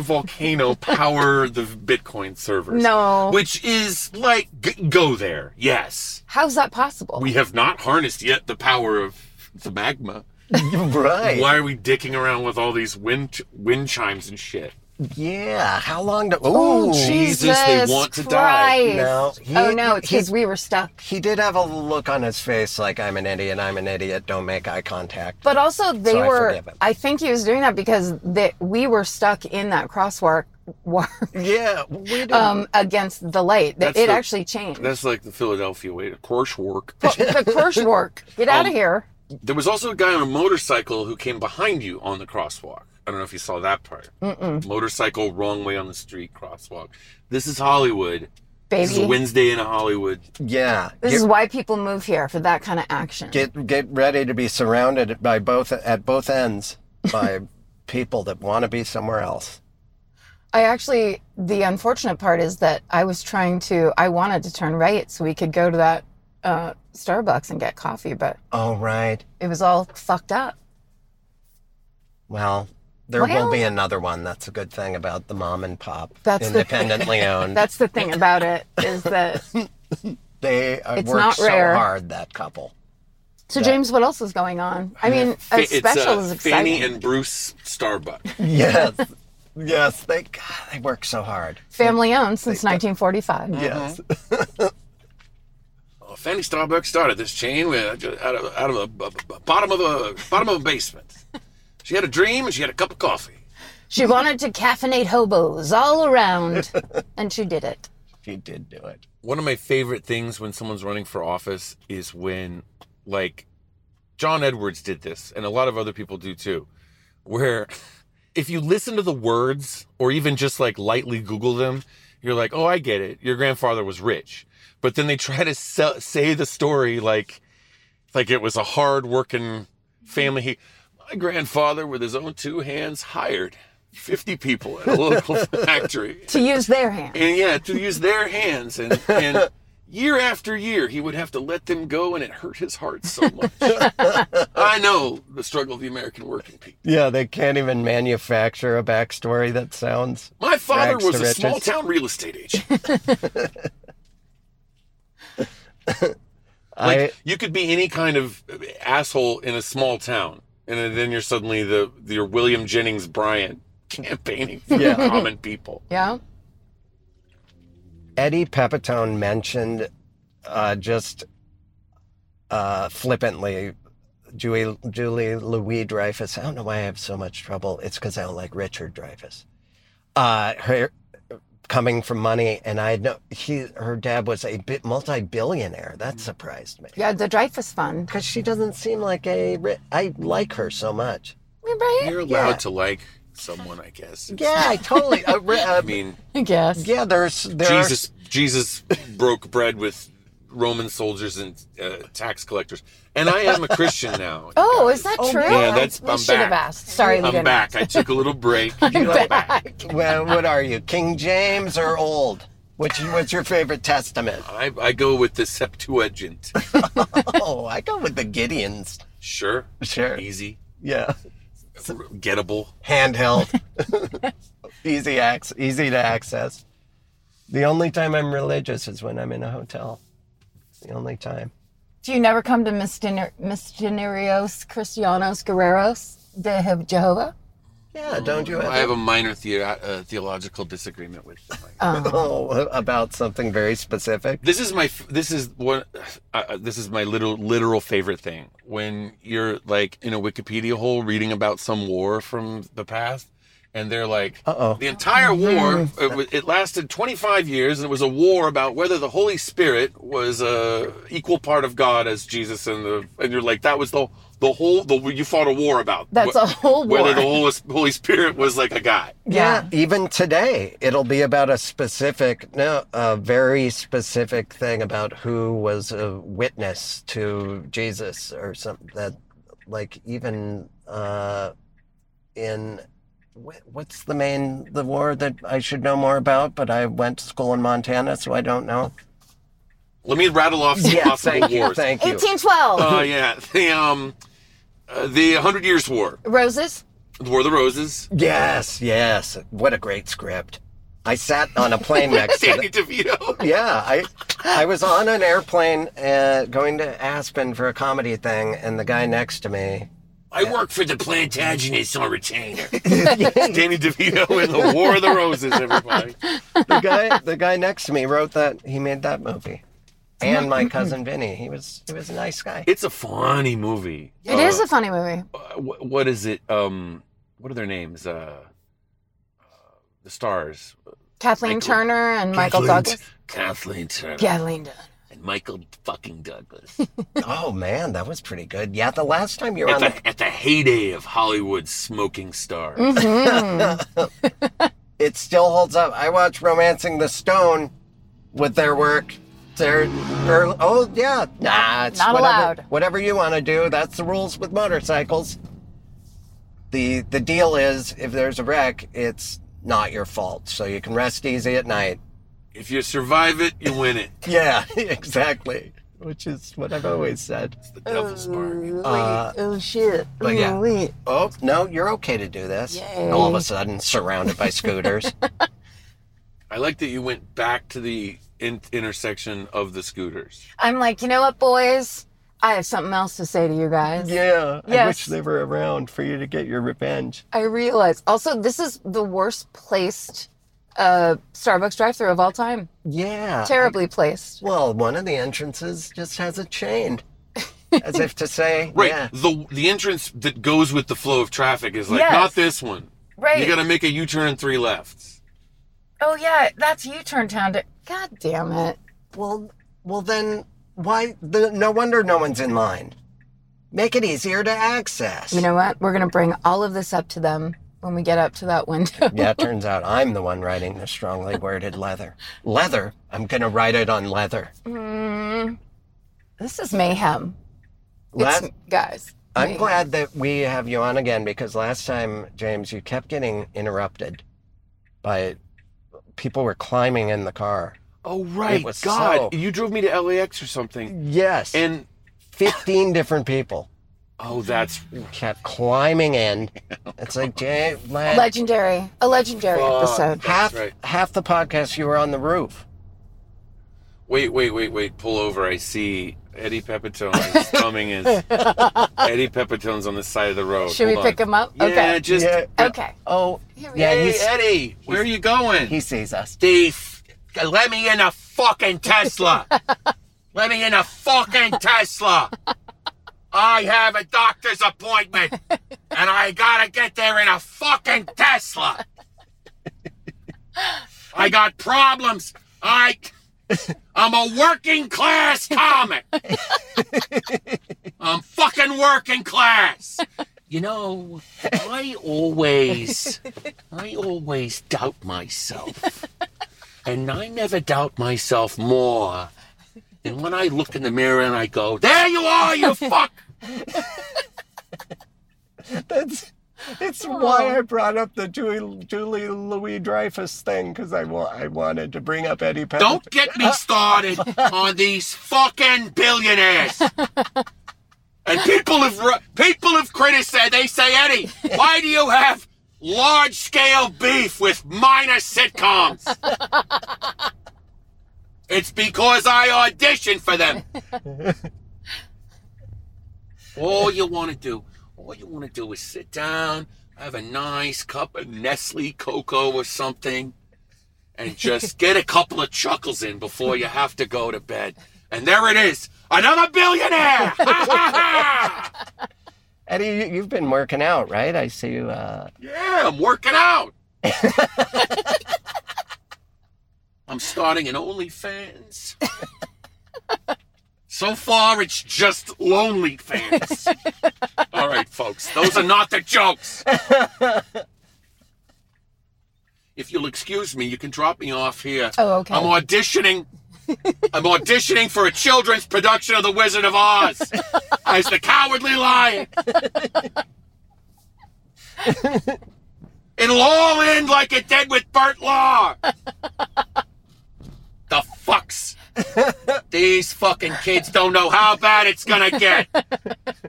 S3: (laughs)
S4: volcano power the Bitcoin servers.
S3: No.
S4: Which is like, g- go there. Yes.
S3: How's that possible?
S4: We have not harnessed yet the power of the magma.
S2: right.
S4: Why are we dicking around with all these wind ch- wind chimes and shit?
S2: Yeah. How long do? Ooh.
S4: Jesus, they want to die.
S3: Christ.
S2: No,
S3: oh
S2: he-
S3: no, it's
S2: he-
S3: because we were stuck.
S2: He did have a look on his face like I'm an idiot, I'm an idiot, don't make eye contact.
S3: But also, they
S2: So I
S3: were.
S2: forgive him.
S3: I, think he was doing that because that we were stuck in that crosswalk war,
S2: yeah, we did.
S3: um, against the light. That
S4: That's
S3: it
S4: the-
S3: actually changed.
S4: That's like the Philadelphia way to course work.
S3: the
S4: (laughs)
S3: crosswalk. Get
S4: Um,
S3: out of here.
S4: There was also a guy on a motorcycle who came behind you on the crosswalk. I don't know if you saw that part. Motorcycle, wrong way on the street, crosswalk. This is Hollywood. This is a
S3: Baby.
S4: Wednesday in Hollywood.
S2: yeah.
S3: This
S2: get,
S3: is why people move here for that kind of action. (laughs)
S2: get get ready to be surrounded by both at both ends by people that want to be somewhere else.
S3: I actually, the unfortunate part is that I was trying to, I wanted to turn right so we could go to that uh, Starbucks and get coffee, but
S2: Oh, right.
S3: it was all fucked up.
S2: Well, there
S3: Well-
S2: will be another one. That's a good thing about the mom and pop.
S3: That's the-
S2: independently
S3: (laughs)
S2: owned.
S3: That's the thing about it is
S4: (laughs)
S3: that.
S2: they uh,
S3: it's
S2: work
S3: not
S2: so
S3: rare.
S2: hard. That
S3: (laughs)
S2: couple.
S3: So, James, what else is going on? I mean, a
S4: Fa-
S3: special
S4: uh,
S3: is
S4: Fanny
S3: exciting.
S4: and Bruce Starbuck.
S2: Yes, yes. They God, they work so hard.
S3: Family owned since 1945.
S2: Yes.
S4: Oh, Fanny Starbuck started this chain with uh, out of out of a, b- b- bottom of a bottom of a basement. She had a dream and she had a cup of coffee.
S3: She wanted to caffeinate hobos all
S4: (laughs)
S3: around, and she did it.
S2: She did do it.
S4: one of my favorite things when someone's running for office is when like John Edwards did this and a lot of other people do too where (laughs) if you listen to the words or even just like lightly google them you're like oh I get it your grandfather was rich but then they try to sell, say the story like like it was a hard working family he my grandfather with his own two hands hired 50 people at a local (laughs) factory
S3: To use their hand.
S4: and yeah, to use their hands. And,
S2: (laughs)
S4: and year after year, he would have to let them go, and it hurt his heart
S2: (laughs)
S4: so much. I know the struggle of the American working people.
S2: Yeah, they can't even manufacture a backstory that sounds.
S4: My father
S2: Rags
S4: was
S2: to
S4: a
S2: riches.
S4: small town real estate agent. Like
S2: (laughs) I
S4: you could be any kind of asshole in a small town, and then you're suddenly the your William Jennings Bryan campaigning for
S2: Yeah.
S4: common people.
S3: Yeah.
S2: Eddie Pepitone mentioned uh, just uh, flippantly Julie, Julie Louis Dreyfus. I don't know why I have so much trouble. It's because I don't like Richard Dreyfus. Uh, her coming from money, and I know he her dad was a bit multi-billionaire.
S4: Mm.
S2: That surprised me
S3: Yeah, the Dreyfus Fund.
S2: because she doesn't seem like a. ri- I like her so much.
S4: You're allowed to like someone, I guess. It's-
S2: Yeah, I totally. I,
S4: (laughs)
S2: re- I
S4: I mean,
S3: I guess.
S2: yeah, there's there are-
S4: Jesus, Jesus broke bread with Roman soldiers and uh, tax collectors, and I am a Christian now.
S3: Oh, is that true?
S4: yeah, that's-
S3: we
S4: I'm
S3: should have
S4: back.
S3: asked. Sorry, we
S4: I'm
S3: didn't.
S4: back. I took a little break. You are back.
S2: Well, what are you, King James or old? Which what's your favorite testament?
S4: I, I go with the Septuagint.
S2: Oh, I go with the Gideons.
S4: Sure,
S2: Sure.
S4: easy,
S2: Yeah.
S4: r- gettable.
S2: Handheld. (laughs) easy ac- easy to access. The only time I'm religious is when I'm in a hotel. It's the only time.
S3: Do you never come to Mistener- Mistenerios Cristianos Guerreros de Je- Jehovah?
S2: Yeah, don't you
S4: I have
S2: ever?
S4: a minor the- uh, theological disagreement with.
S2: (laughs) Oh, about something very specific.
S4: This is my f- this is one uh, uh, this is my little literal favorite thing when you're like in a Wikipedia hole reading about some war from the past, and they're like,
S2: Uh-oh.
S4: the entire war it, wa- it lasted 25 years, and it was a war about whether the Holy Spirit was a equal part of God as Jesus and the and you're like that was the the whole the you fought a war about
S3: That's
S4: wh-
S3: a whole war.
S4: whether the Holy, Holy Spirit was like a guy.
S3: Yeah.
S2: Even today, it'll be about a specific, no, a very specific thing about who was a witness to Jesus or something that, like, even uh, in wh- what's the main the war that I should know more about, but I went to school in Montana, so I don't know.
S4: Let me rattle off some possible
S2: thank you,
S4: wars.
S2: thank you.
S3: 1812.
S4: Oh yeah, the um, uh, the Hundred Years' War.
S3: Roses?
S4: The War of the (laughs) Roses.
S2: Yes, yes. What a great script. I sat on a plane next (laughs) to the,
S4: Danny DeVito.
S2: yeah, I I was on an airplane uh, going to Aspen for a comedy thing, and the guy next to me.
S4: I work for the Plantagenets on retainer. (laughs) Danny DeVito in the War of the Roses, everybody.
S2: The guy, the guy next to me wrote that he made that movie, and my cousin Vinny. He was he was a nice guy.
S4: It's a funny movie.
S3: It is a funny movie.
S4: What, Uh, what is it? Um, what are their names? Uh, uh, the stars.
S3: Kathleen
S4: Michael-
S3: Turner and Michael Douglas.
S4: Kathleen Turner.
S3: Kathleen Turner.
S4: And Michael
S3: (laughs)
S4: fucking Douglas.
S2: Oh man, that was pretty good. Yeah, the last time you were on
S4: at,
S2: the,
S4: the, at the heyday of Hollywood's smoking stars.
S3: Mm-hmm.
S2: it still holds up. I watched Romancing the Stone with their work. Their early, oh yeah, nah, it's
S3: Not
S2: whatever,
S3: allowed.
S2: Whatever you want to do, that's the rules with motorcycles. the the deal is if there's a wreck, it's not your fault, so you can rest easy at night. (laughs)
S4: If you survive it, you win it.
S2: Yeah, (laughs) exactly. Which is what I've always said.
S4: It's the devil's bargain.
S2: Uh,
S3: oh shit!
S2: but yeah.
S3: Oh, wait.
S2: Oh no, you're okay to do this.
S3: Yay.
S2: All of a sudden, surrounded
S3: (laughs)
S2: by scooters.
S4: I like that you went back to the in- intersection of the scooters.
S3: I'm like, you know what, boys? I have something else to say to you guys.
S2: yeah, I
S3: Yes.
S2: wish they were around for you to get your revenge.
S3: I realize. Also, this is the worst placed uh, Starbucks drive-through of all time.
S2: Yeah.
S3: Terribly placed.
S2: Well, one of the entrances just has a chain, as if to say,
S4: (laughs) Right.
S2: yeah,
S4: The the entrance that goes with the flow of traffic is like
S3: Yes.
S4: not this one.
S3: Right.
S4: You got to make a U-turn and three lefts.
S3: Oh yeah, that's U-turn town. To- God damn it.
S2: Well, well then why? The, no wonder no one's in line. Make it easier to access.
S3: You know what? We're gonna bring all of this up to them when we get up to that
S2: (laughs)
S3: window.
S2: (laughs) Yeah, it turns out I'm the one writing the strongly worded leather. Leather. I'm gonna write it on leather.
S3: Mm. this is mayhem,
S2: Last,
S3: it's, guys.
S2: I'm
S3: mayhem.
S2: glad that we have you on again because last time, James, you kept getting interrupted by people were climbing in the car.
S4: Oh right.
S2: was
S4: God,
S2: so-
S4: you drove me to LAX or something.
S2: Yes, and
S4: And
S2: 15 different people
S4: oh, that's
S2: kept climbing in. It's like, Jay, let,
S3: legendary, a legendary
S4: Fuck.
S3: episode.
S2: half
S4: right.
S2: half the podcast you were on the roof.
S4: Wait, wait, wait, wait. Pull over. I see Eddie Pepitone is coming in. Eddie Pepitone's on the side of the road.
S3: Should we
S4: Hold on.
S3: pick him up?
S4: Yeah,
S3: okay.
S4: just.
S2: Yeah.
S3: Okay.
S2: Oh,
S3: Here we
S2: yeah,
S3: go.
S4: Hey,
S2: he's,
S4: Eddie, where are you going?
S2: he sees us. (laughs)
S4: Thief. Let me in a fucking Tesla. Let me in a fucking Tesla. I have a doctor's appointment and I gotta get there in a fucking Tesla. I got problems. I I'm a working class comic. I'm fucking working class. You know, I always I always doubt myself. And I never doubt myself more than when I look in the mirror and I go, There you are, you fuck!
S2: That's it's
S3: Oh.
S2: why I brought up the Julie, Julie Louis Dreyfus thing because I wa- I wanted to bring up Eddie Pepper.
S4: Don't get me started on these fucking billionaires. And people have ru- people have criticized. They say, Eddie, why do you have large scale beef with minor sitcoms? It's because I auditioned for them. All you want to do, all you want to do is sit down, have a nice cup of Nestle cocoa or something, and just get a couple of chuckles in before you have to go to bed. And there it is, another billionaire. (laughs) Ha, ha, ha.
S2: Eddie, you, you've been working out, right? I see you. Uh,
S4: yeah, I'm working out. I'm starting an OnlyFans. So far, it's just lonely fans. All right, folks, those are not the jokes. If you'll excuse me, you can drop me off here.
S3: Oh, okay.
S4: I'm auditioning. I'm auditioning for a children's production of The Wizard of Oz as the
S3: (laughs)
S4: Cowardly Lion. It'll all end like it did with Bert Law. The fucks.
S2: (laughs)
S4: These fucking kids don't know how bad it's gonna get.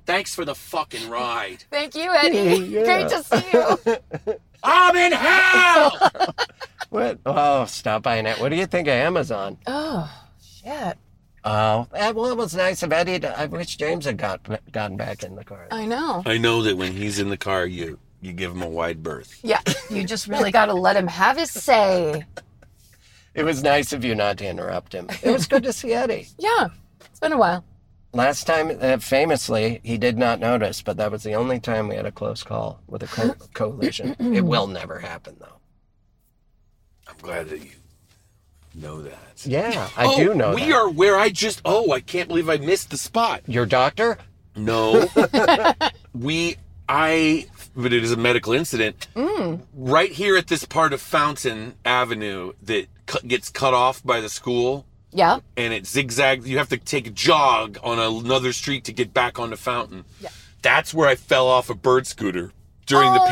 S4: Thanks for the fucking ride.
S3: Thank you, Eddie.
S2: Yeah.
S3: (laughs) Great to see
S2: (laughs)
S3: you.
S4: I'm in hell!
S2: what? Oh, stop by net. What do you think of Amazon?
S3: oh shit!
S2: Oh, eh, well, it was nice of Eddie. To, I wish James had got gotten back in the car.
S3: I know.
S4: I know that when he's in the car, you you give him a wide berth.
S3: Yeah, you just really got to let him have his say.
S2: It was nice of you not to interrupt him. It was good to see Eddie.
S3: Yeah, it's been a while.
S2: Last time, uh, famously, he did not notice, but that was the only time we had a close call with a (laughs) co- coalition. it will never happen, though.
S4: I'm glad that you know that.
S2: Yeah, I do know.
S4: Oh, We
S2: that.
S4: are where I just. Oh, I can't believe I missed the spot.
S2: your doctor. (laughs)
S4: No. we. I. But it is a medical incident.
S2: Mm.
S4: Right here at this part of Fountain Avenue that cu- gets cut off by the school.
S3: Yeah.
S4: and it zigzags. You have to take a jog on another street to get back onto Fountain.
S3: Yeah.
S4: That's where I fell off a bird scooter during the
S3: Oh, no.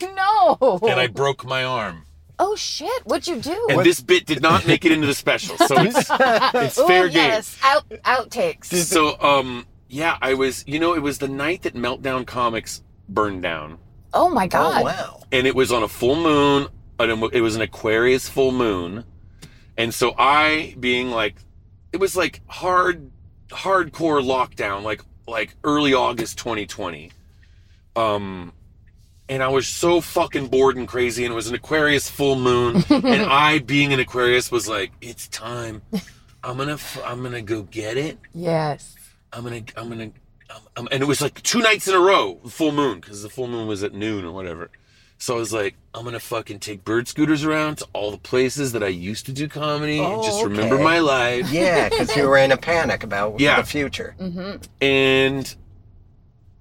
S3: (laughs) No.
S4: and I broke my arm.
S3: oh shit! What'd you do?
S4: And this bit did not make it into the special, so it's it's
S3: Ooh,
S4: fair game.
S3: yes. Out outtakes.
S4: So, um, yeah, I was, you know, it was the night that Meltdown Comics burned down,
S3: Oh my god.
S2: Oh wow.
S4: and it was on a full moon. and It was an Aquarius full moon, and so I, being like, it was like hard, hardcore lockdown, like like early August 2020. Um, and I was so fucking bored and crazy, and it was an Aquarius full moon, and I, being an Aquarius, was like, it's time. I'm gonna, f- I'm gonna go get it.
S3: Yes.
S4: I'm gonna, I'm gonna, um, um, and it was like two nights in a row, full moon, because the full moon was at noon or whatever. So I was like, I'm gonna fucking take bird scooters around to all the places that I used to do comedy and
S2: Oh,
S4: just remember
S2: okay.
S4: my life.
S2: Yeah, because you were in a panic about
S4: Yeah.
S2: the future.
S4: And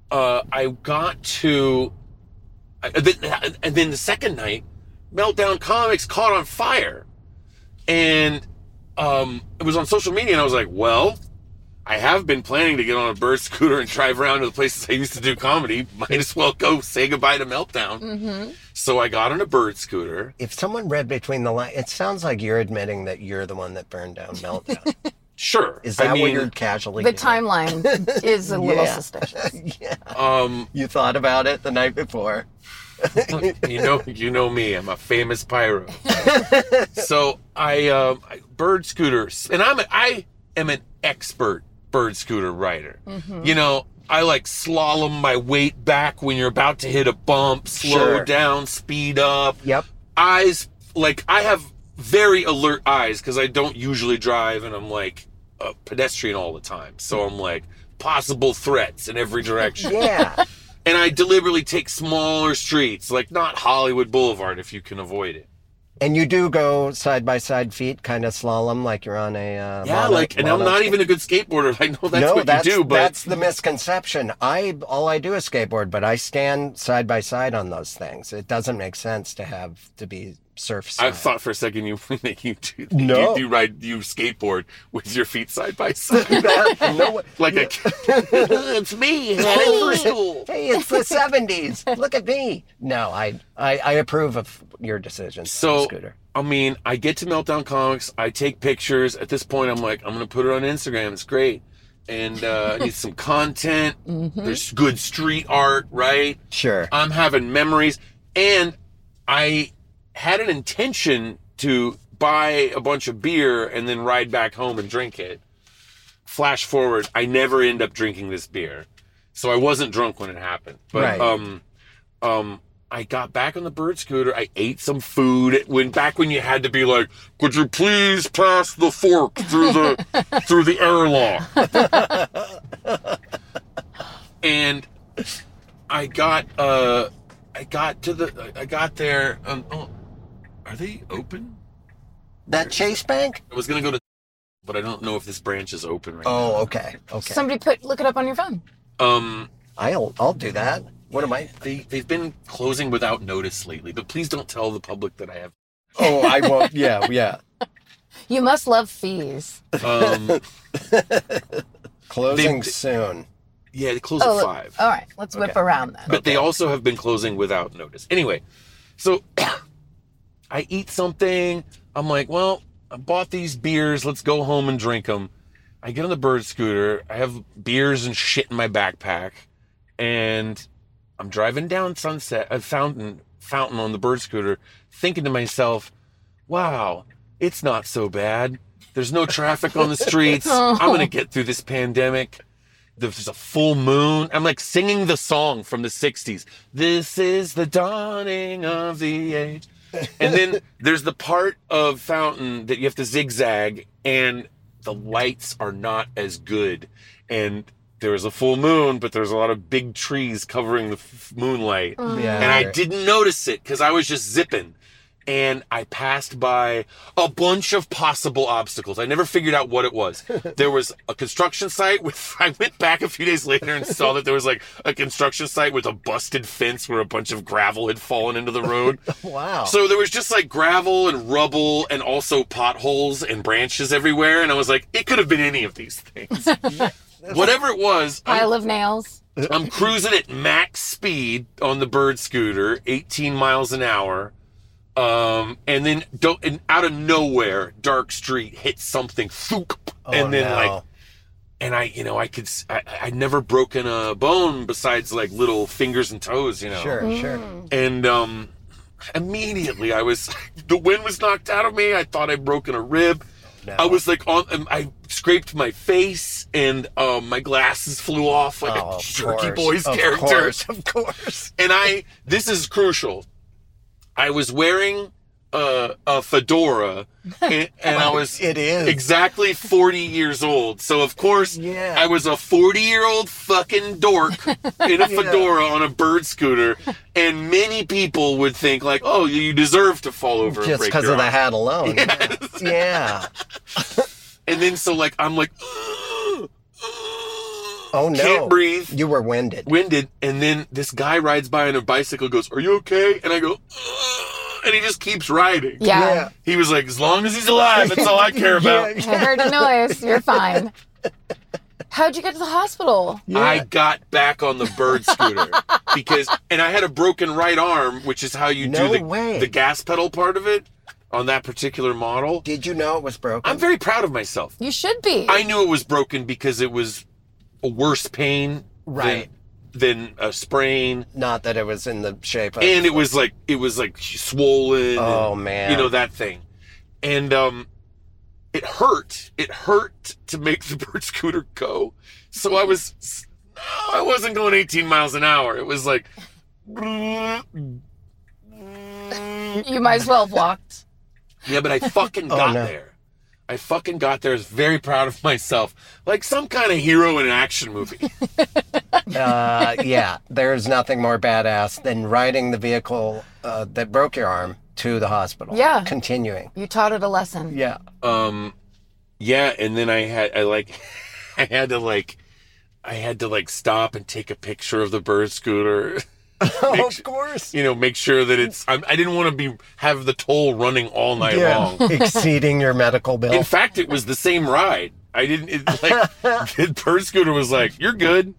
S4: uh, I got to, I, and then- and then the second night, Meltdown Comics caught on fire, and um, it was on social media, and I was like, well. I have been planning to get on a bird (laughs) scooter and drive around to the places I used to do comedy. Might as well go say goodbye to Meltdown. So I got on a bird scooter.
S2: If someone read between the lines, it sounds like you're admitting that you're the one that burned down
S4: (laughs)
S2: Meltdown.
S4: Sure.
S2: Is
S4: I
S2: that what
S4: mean,
S2: you're casually
S3: The
S2: doing? (laughs)
S3: timeline is a little
S2: Yeah.
S3: suspicious.
S2: yeah.
S4: Um,
S2: You thought about it the night before.
S4: you know, you know me. I'm a famous pyro. so I, um, I bird scooters, and I'm a, I am an expert bird scooter rider. You know, I like slalom my weight back when you're about to hit a bump, slow
S2: Sure.
S4: down, speed up.
S2: Yep.
S4: eyes like I have very alert eyes because I don't usually drive and I'm like a pedestrian all the time. So I'm like possible threats in every direction.
S2: Yeah.
S4: and I deliberately take smaller streets, like not Hollywood Boulevard if you can avoid it.
S2: (laughs) and you do go side by side feet, kind of slalom, like you're on a. Uh,
S4: Yeah,
S2: mono-
S4: like and I'm
S2: mono
S4: not
S2: skate.
S4: even a good skateboarder. (laughs) I know that's
S2: no,
S4: what
S2: that's,
S4: you do, but
S2: that's the misconception. I all I do is skateboard, but I stand side by side on those things. It doesn't make sense to have to be surf side.
S4: I thought for a second you (laughs) that you do
S2: No.
S4: you do ride you skateboard with your feet
S2: (laughs)
S4: side by side.
S2: That- (laughs) no way- (laughs)
S4: like a it's me heading for school.
S2: hey, it's the seventies. Look at me. No, I, I I approve of your decision.
S4: So,
S2: scooter.
S4: I mean, I get to Meltdown Comics. I take pictures. At this point, I'm like, I'm gonna put it on Instagram. It's great, and uh, I need some content. There's good street art, right?
S2: Sure.
S4: I'm having memories, and I had an intention to buy a bunch of beer and then ride back home and drink it. Flash forward, I never end up drinking this beer, so I wasn't drunk when it happened. But
S2: Right.
S4: um, um, I got back on the bird scooter. I ate some food when back when you had to be like, "Could you please pass the fork
S2: (laughs)
S4: through the through the airlock?" and I got uh I got to the I got there um oh, are they open?
S2: that Chase Bank?
S4: I was gonna go to but I don't know if this branch is open right
S2: Oh, okay, okay.
S3: Somebody put look it up on your phone.
S4: now. Um
S2: I'll I'll do that. What am I?
S4: (laughs) they they've been closing without notice lately, but please don't tell the public that I have
S2: Oh, I won't. Yeah, yeah.
S3: You must love fees.
S4: um
S2: Closing
S4: They-
S2: soon.
S4: yeah, they close
S3: Oh,
S4: at five.
S3: All right, let's whip around then.
S4: but they also have been closing without notice. Anyway, so (coughs) I eat something. I'm like, well, I bought these beers. Let's go home and drink them. I get on the bird scooter. I have beers and shit in my backpack, and I'm driving down Sunset a Fountain Fountain on the bird scooter, thinking to myself, "Wow, it's not so bad. There's no traffic on the streets. I'm gonna get through this pandemic." there's a full moon. I'm like singing the song from the 60s. This is the dawning of the age. And then there's the part of Fountain that you have to zigzag, and the lights are not as good. And there's a full moon, but there's a lot of big trees covering the f- moonlight.
S2: Yeah.
S4: And I didn't notice it because I was just zipping. And I passed by a bunch of possible obstacles. I never figured out what it was. There was a construction site with, (laughs) I went back a few days later and saw that there was like a construction site with a busted fence where a bunch of gravel had fallen into the road.
S2: Wow.
S4: So there was just like gravel and rubble and also potholes and branches everywhere. And I was like, it could have been any of these things. Whatever it was, I-
S3: Pile of nails.
S4: I'm cruising at max speed on the bird scooter, 18 miles an hour. Um, and then don't and out of nowhere, dark street hits something, thunk,
S2: Oh,
S4: and then
S2: no.
S4: like and I, you know, I could, s- I, would never broken a bone besides like little fingers and toes, you know.
S2: sure, sure.
S4: And um, immediately I was, (laughs) the wind was knocked out of me. I thought I'd broken a rib.
S2: No.
S4: I was like on, um, I scraped my face and um, my glasses flew off like
S2: Oh,
S4: a
S2: of
S4: (laughs) jerky
S2: course,
S4: boys
S2: of
S4: character.
S2: course, of course.
S4: And I, this is crucial. I was wearing a, a fedora and, and I was
S2: It is.
S4: exactly 40 years old. So, of course,
S2: Yeah.
S4: I was a 40 year old
S2: (laughs)
S4: fucking dork in a fedora on a bird scooter. And many people would think, like, oh, you deserve to fall over and
S2: Just
S4: break
S2: because
S4: your
S2: of the
S4: arm."
S2: hat
S4: (laughs)
S2: alone. Yeah.
S4: And then, so, like, (gasps) I'm like,
S2: Oh no.
S4: can't breathe.
S2: You were winded.
S4: winded and then this guy rides by on a bicycle goes are you okay and i go "Ugh," and he just keeps riding
S3: Yeah.
S4: he was like as long as he's alive that's
S2: (laughs)
S4: all i care about
S3: I heard a noise. You're fine. How'd you get to the hospital?
S4: i got back on the bird scooter because and i had a broken right arm which is how you
S2: No
S4: do the,
S2: way.
S4: the gas pedal part of it on that particular model
S2: Did you know it was broken?
S4: i'm very proud of myself
S3: You should be.
S4: i knew it was broken because it was a worse pain
S2: Right.
S4: than, than a sprain
S2: Not that it was in the shape of.
S4: and it was like it was like swollen.
S2: Oh,
S4: and,
S2: man.
S4: you know that thing, and um, it hurt. It hurt to make the (laughs) bird scooter go. So I was, no, I wasn't going 18 miles an hour. It was like, yeah,
S3: you might as well have walked.
S4: but I fucking got
S2: no.
S4: there. I fucking got there. I was very proud of myself, like some kind of hero in an action movie.
S2: uh, yeah, there's nothing more badass than riding the vehicle uh, that broke your arm to the hospital.
S3: Yeah.
S2: Continuing.
S3: You taught it a lesson.
S2: Yeah. (laughs)
S4: um yeah and then i had i like (laughs) i had to like i had to like stop and take a picture of the bird scooter (laughs)
S2: of course.
S4: you know make sure that it's I'm, i didn't want to be have the toll running all night
S2: Yeah.
S4: long
S2: Exceeding your medical bill.
S4: in fact it was the same ride i didn't
S2: (laughs)
S4: it, like the bird scooter was like you're good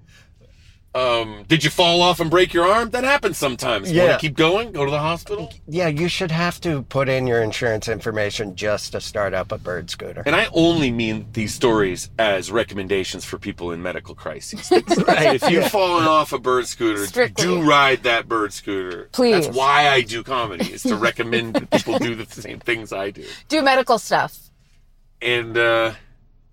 S4: um did you fall off and break your arm that happens sometimes yeah.
S2: Yeah.
S4: want to keep going go to the hospital
S2: yeah, you should have to put in your insurance information just to start up a bird scooter.
S4: And I only mean these stories as recommendations for people in medical
S2: (laughs)
S4: crises. If you've fallen off a bird scooter,
S3: Strictly.
S4: do ride that bird scooter.
S3: Please.
S4: That's why I do comedy, is to recommend that people do the same things I do.
S3: Do medical stuff.
S4: And, uh,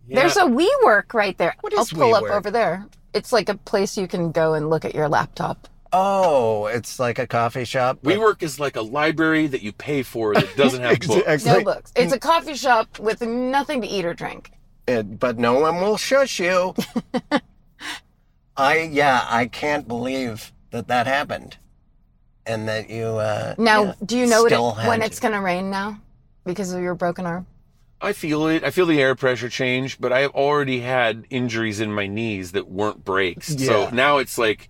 S4: yeah.
S3: There's a WeWork right there.
S2: What
S3: I'll
S2: is
S3: pull up
S2: WeWork?
S3: over there. It's like a place you can go and look at your laptop.
S2: Oh, it's like a coffee shop. but-
S4: WeWork is like a library that you pay
S3: (laughs)
S4: for that doesn't have books.
S2: (laughs) Ex-
S3: No
S2: like-
S3: books. It's a coffee shop with nothing to eat or drink.
S2: it, but no one will shush
S3: (laughs)
S2: you. I yeah, I can't believe that that happened, and that you. Uh,
S3: Now,
S2: yeah,
S3: do you know what
S2: still
S3: it, when
S2: had
S3: it's going to rain now because of your broken arm?
S4: I feel it. I feel the air pressure change, but I have already had injuries in my knees that weren't breaks. So
S2: Yeah.
S4: now it's like,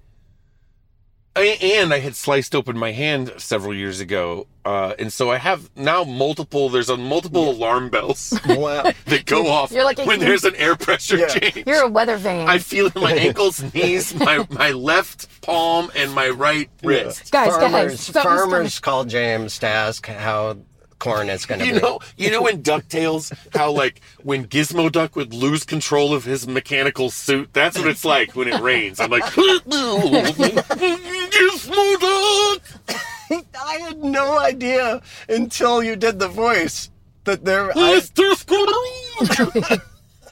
S4: I, and I had sliced open my hand several years ago, uh, and so I have now multiple. There's a multiple alarm bells (laughs)
S2: you. Wow.
S4: that go off
S3: You're like a
S4: when
S3: human-
S4: there's an air pressure
S2: Yeah.
S4: change.
S3: You're a weather vane.
S4: I feel it in my ankles, knees, my my left palm, and
S3: (laughs)
S4: my right
S3: (laughs)
S4: wrist.
S3: guys, guys,
S2: farmers
S3: something's
S2: farmers call James to ask how corn is going to
S4: You
S2: be.
S4: know, you know in Ducktales how like when Gizmo Duck would lose control of his mechanical suit. That's what it's like when it rains. I'm like Gizmo Duck.
S2: I had no idea until you did the voice that there. I,
S4: Mr. Scooter.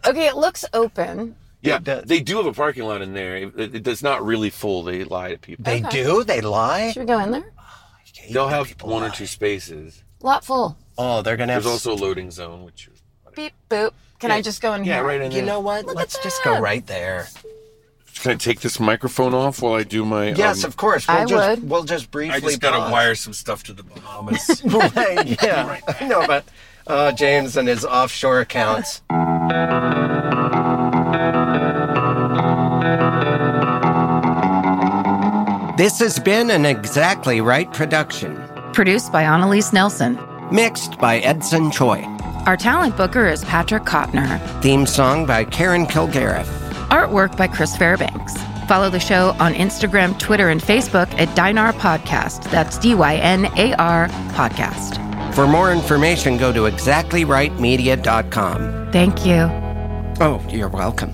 S3: Okay, it looks open.
S4: yeah,
S2: does.
S4: they do have a parking lot in there. It, it, it's not really full. They lie to people.
S2: they do. They lie.
S3: Should we go in there?
S4: They'll have one or two spaces.
S3: Lot full.
S2: Oh, they're going to have.
S4: There's also a loading zone, which
S3: Beep boop. Can I just go in
S4: yeah,
S3: here?
S4: right in
S2: you
S4: there.
S2: know what? Let's just go right there.
S4: Can I take this microphone off while I do my?
S2: Yes,
S4: um,
S2: of course. We'll
S3: I
S2: just,
S3: would.
S2: We'll just briefly.
S4: I just gotta
S2: pause.
S4: wire some stuff to the (laughs) Bahamas.
S2: (laughs) Right,
S4: (laughs)
S2: yeah, I know about uh, James and his offshore accounts. This has been an Exactly Right production,
S5: Produced by Annalise Nelson.
S2: mixed by Edson Choi.
S5: Our talent booker is Patrick Kottner.
S2: Theme song by Karen Kilgariff.
S5: Artwork by Chris Fairbanks.
S3: Follow the show on Instagram, Twitter, and Facebook at Dynar Podcast. That's D Y N A R Podcast.
S2: For more information, go to exactlyrightmedia.com.
S3: Thank you.
S2: Oh, you're welcome.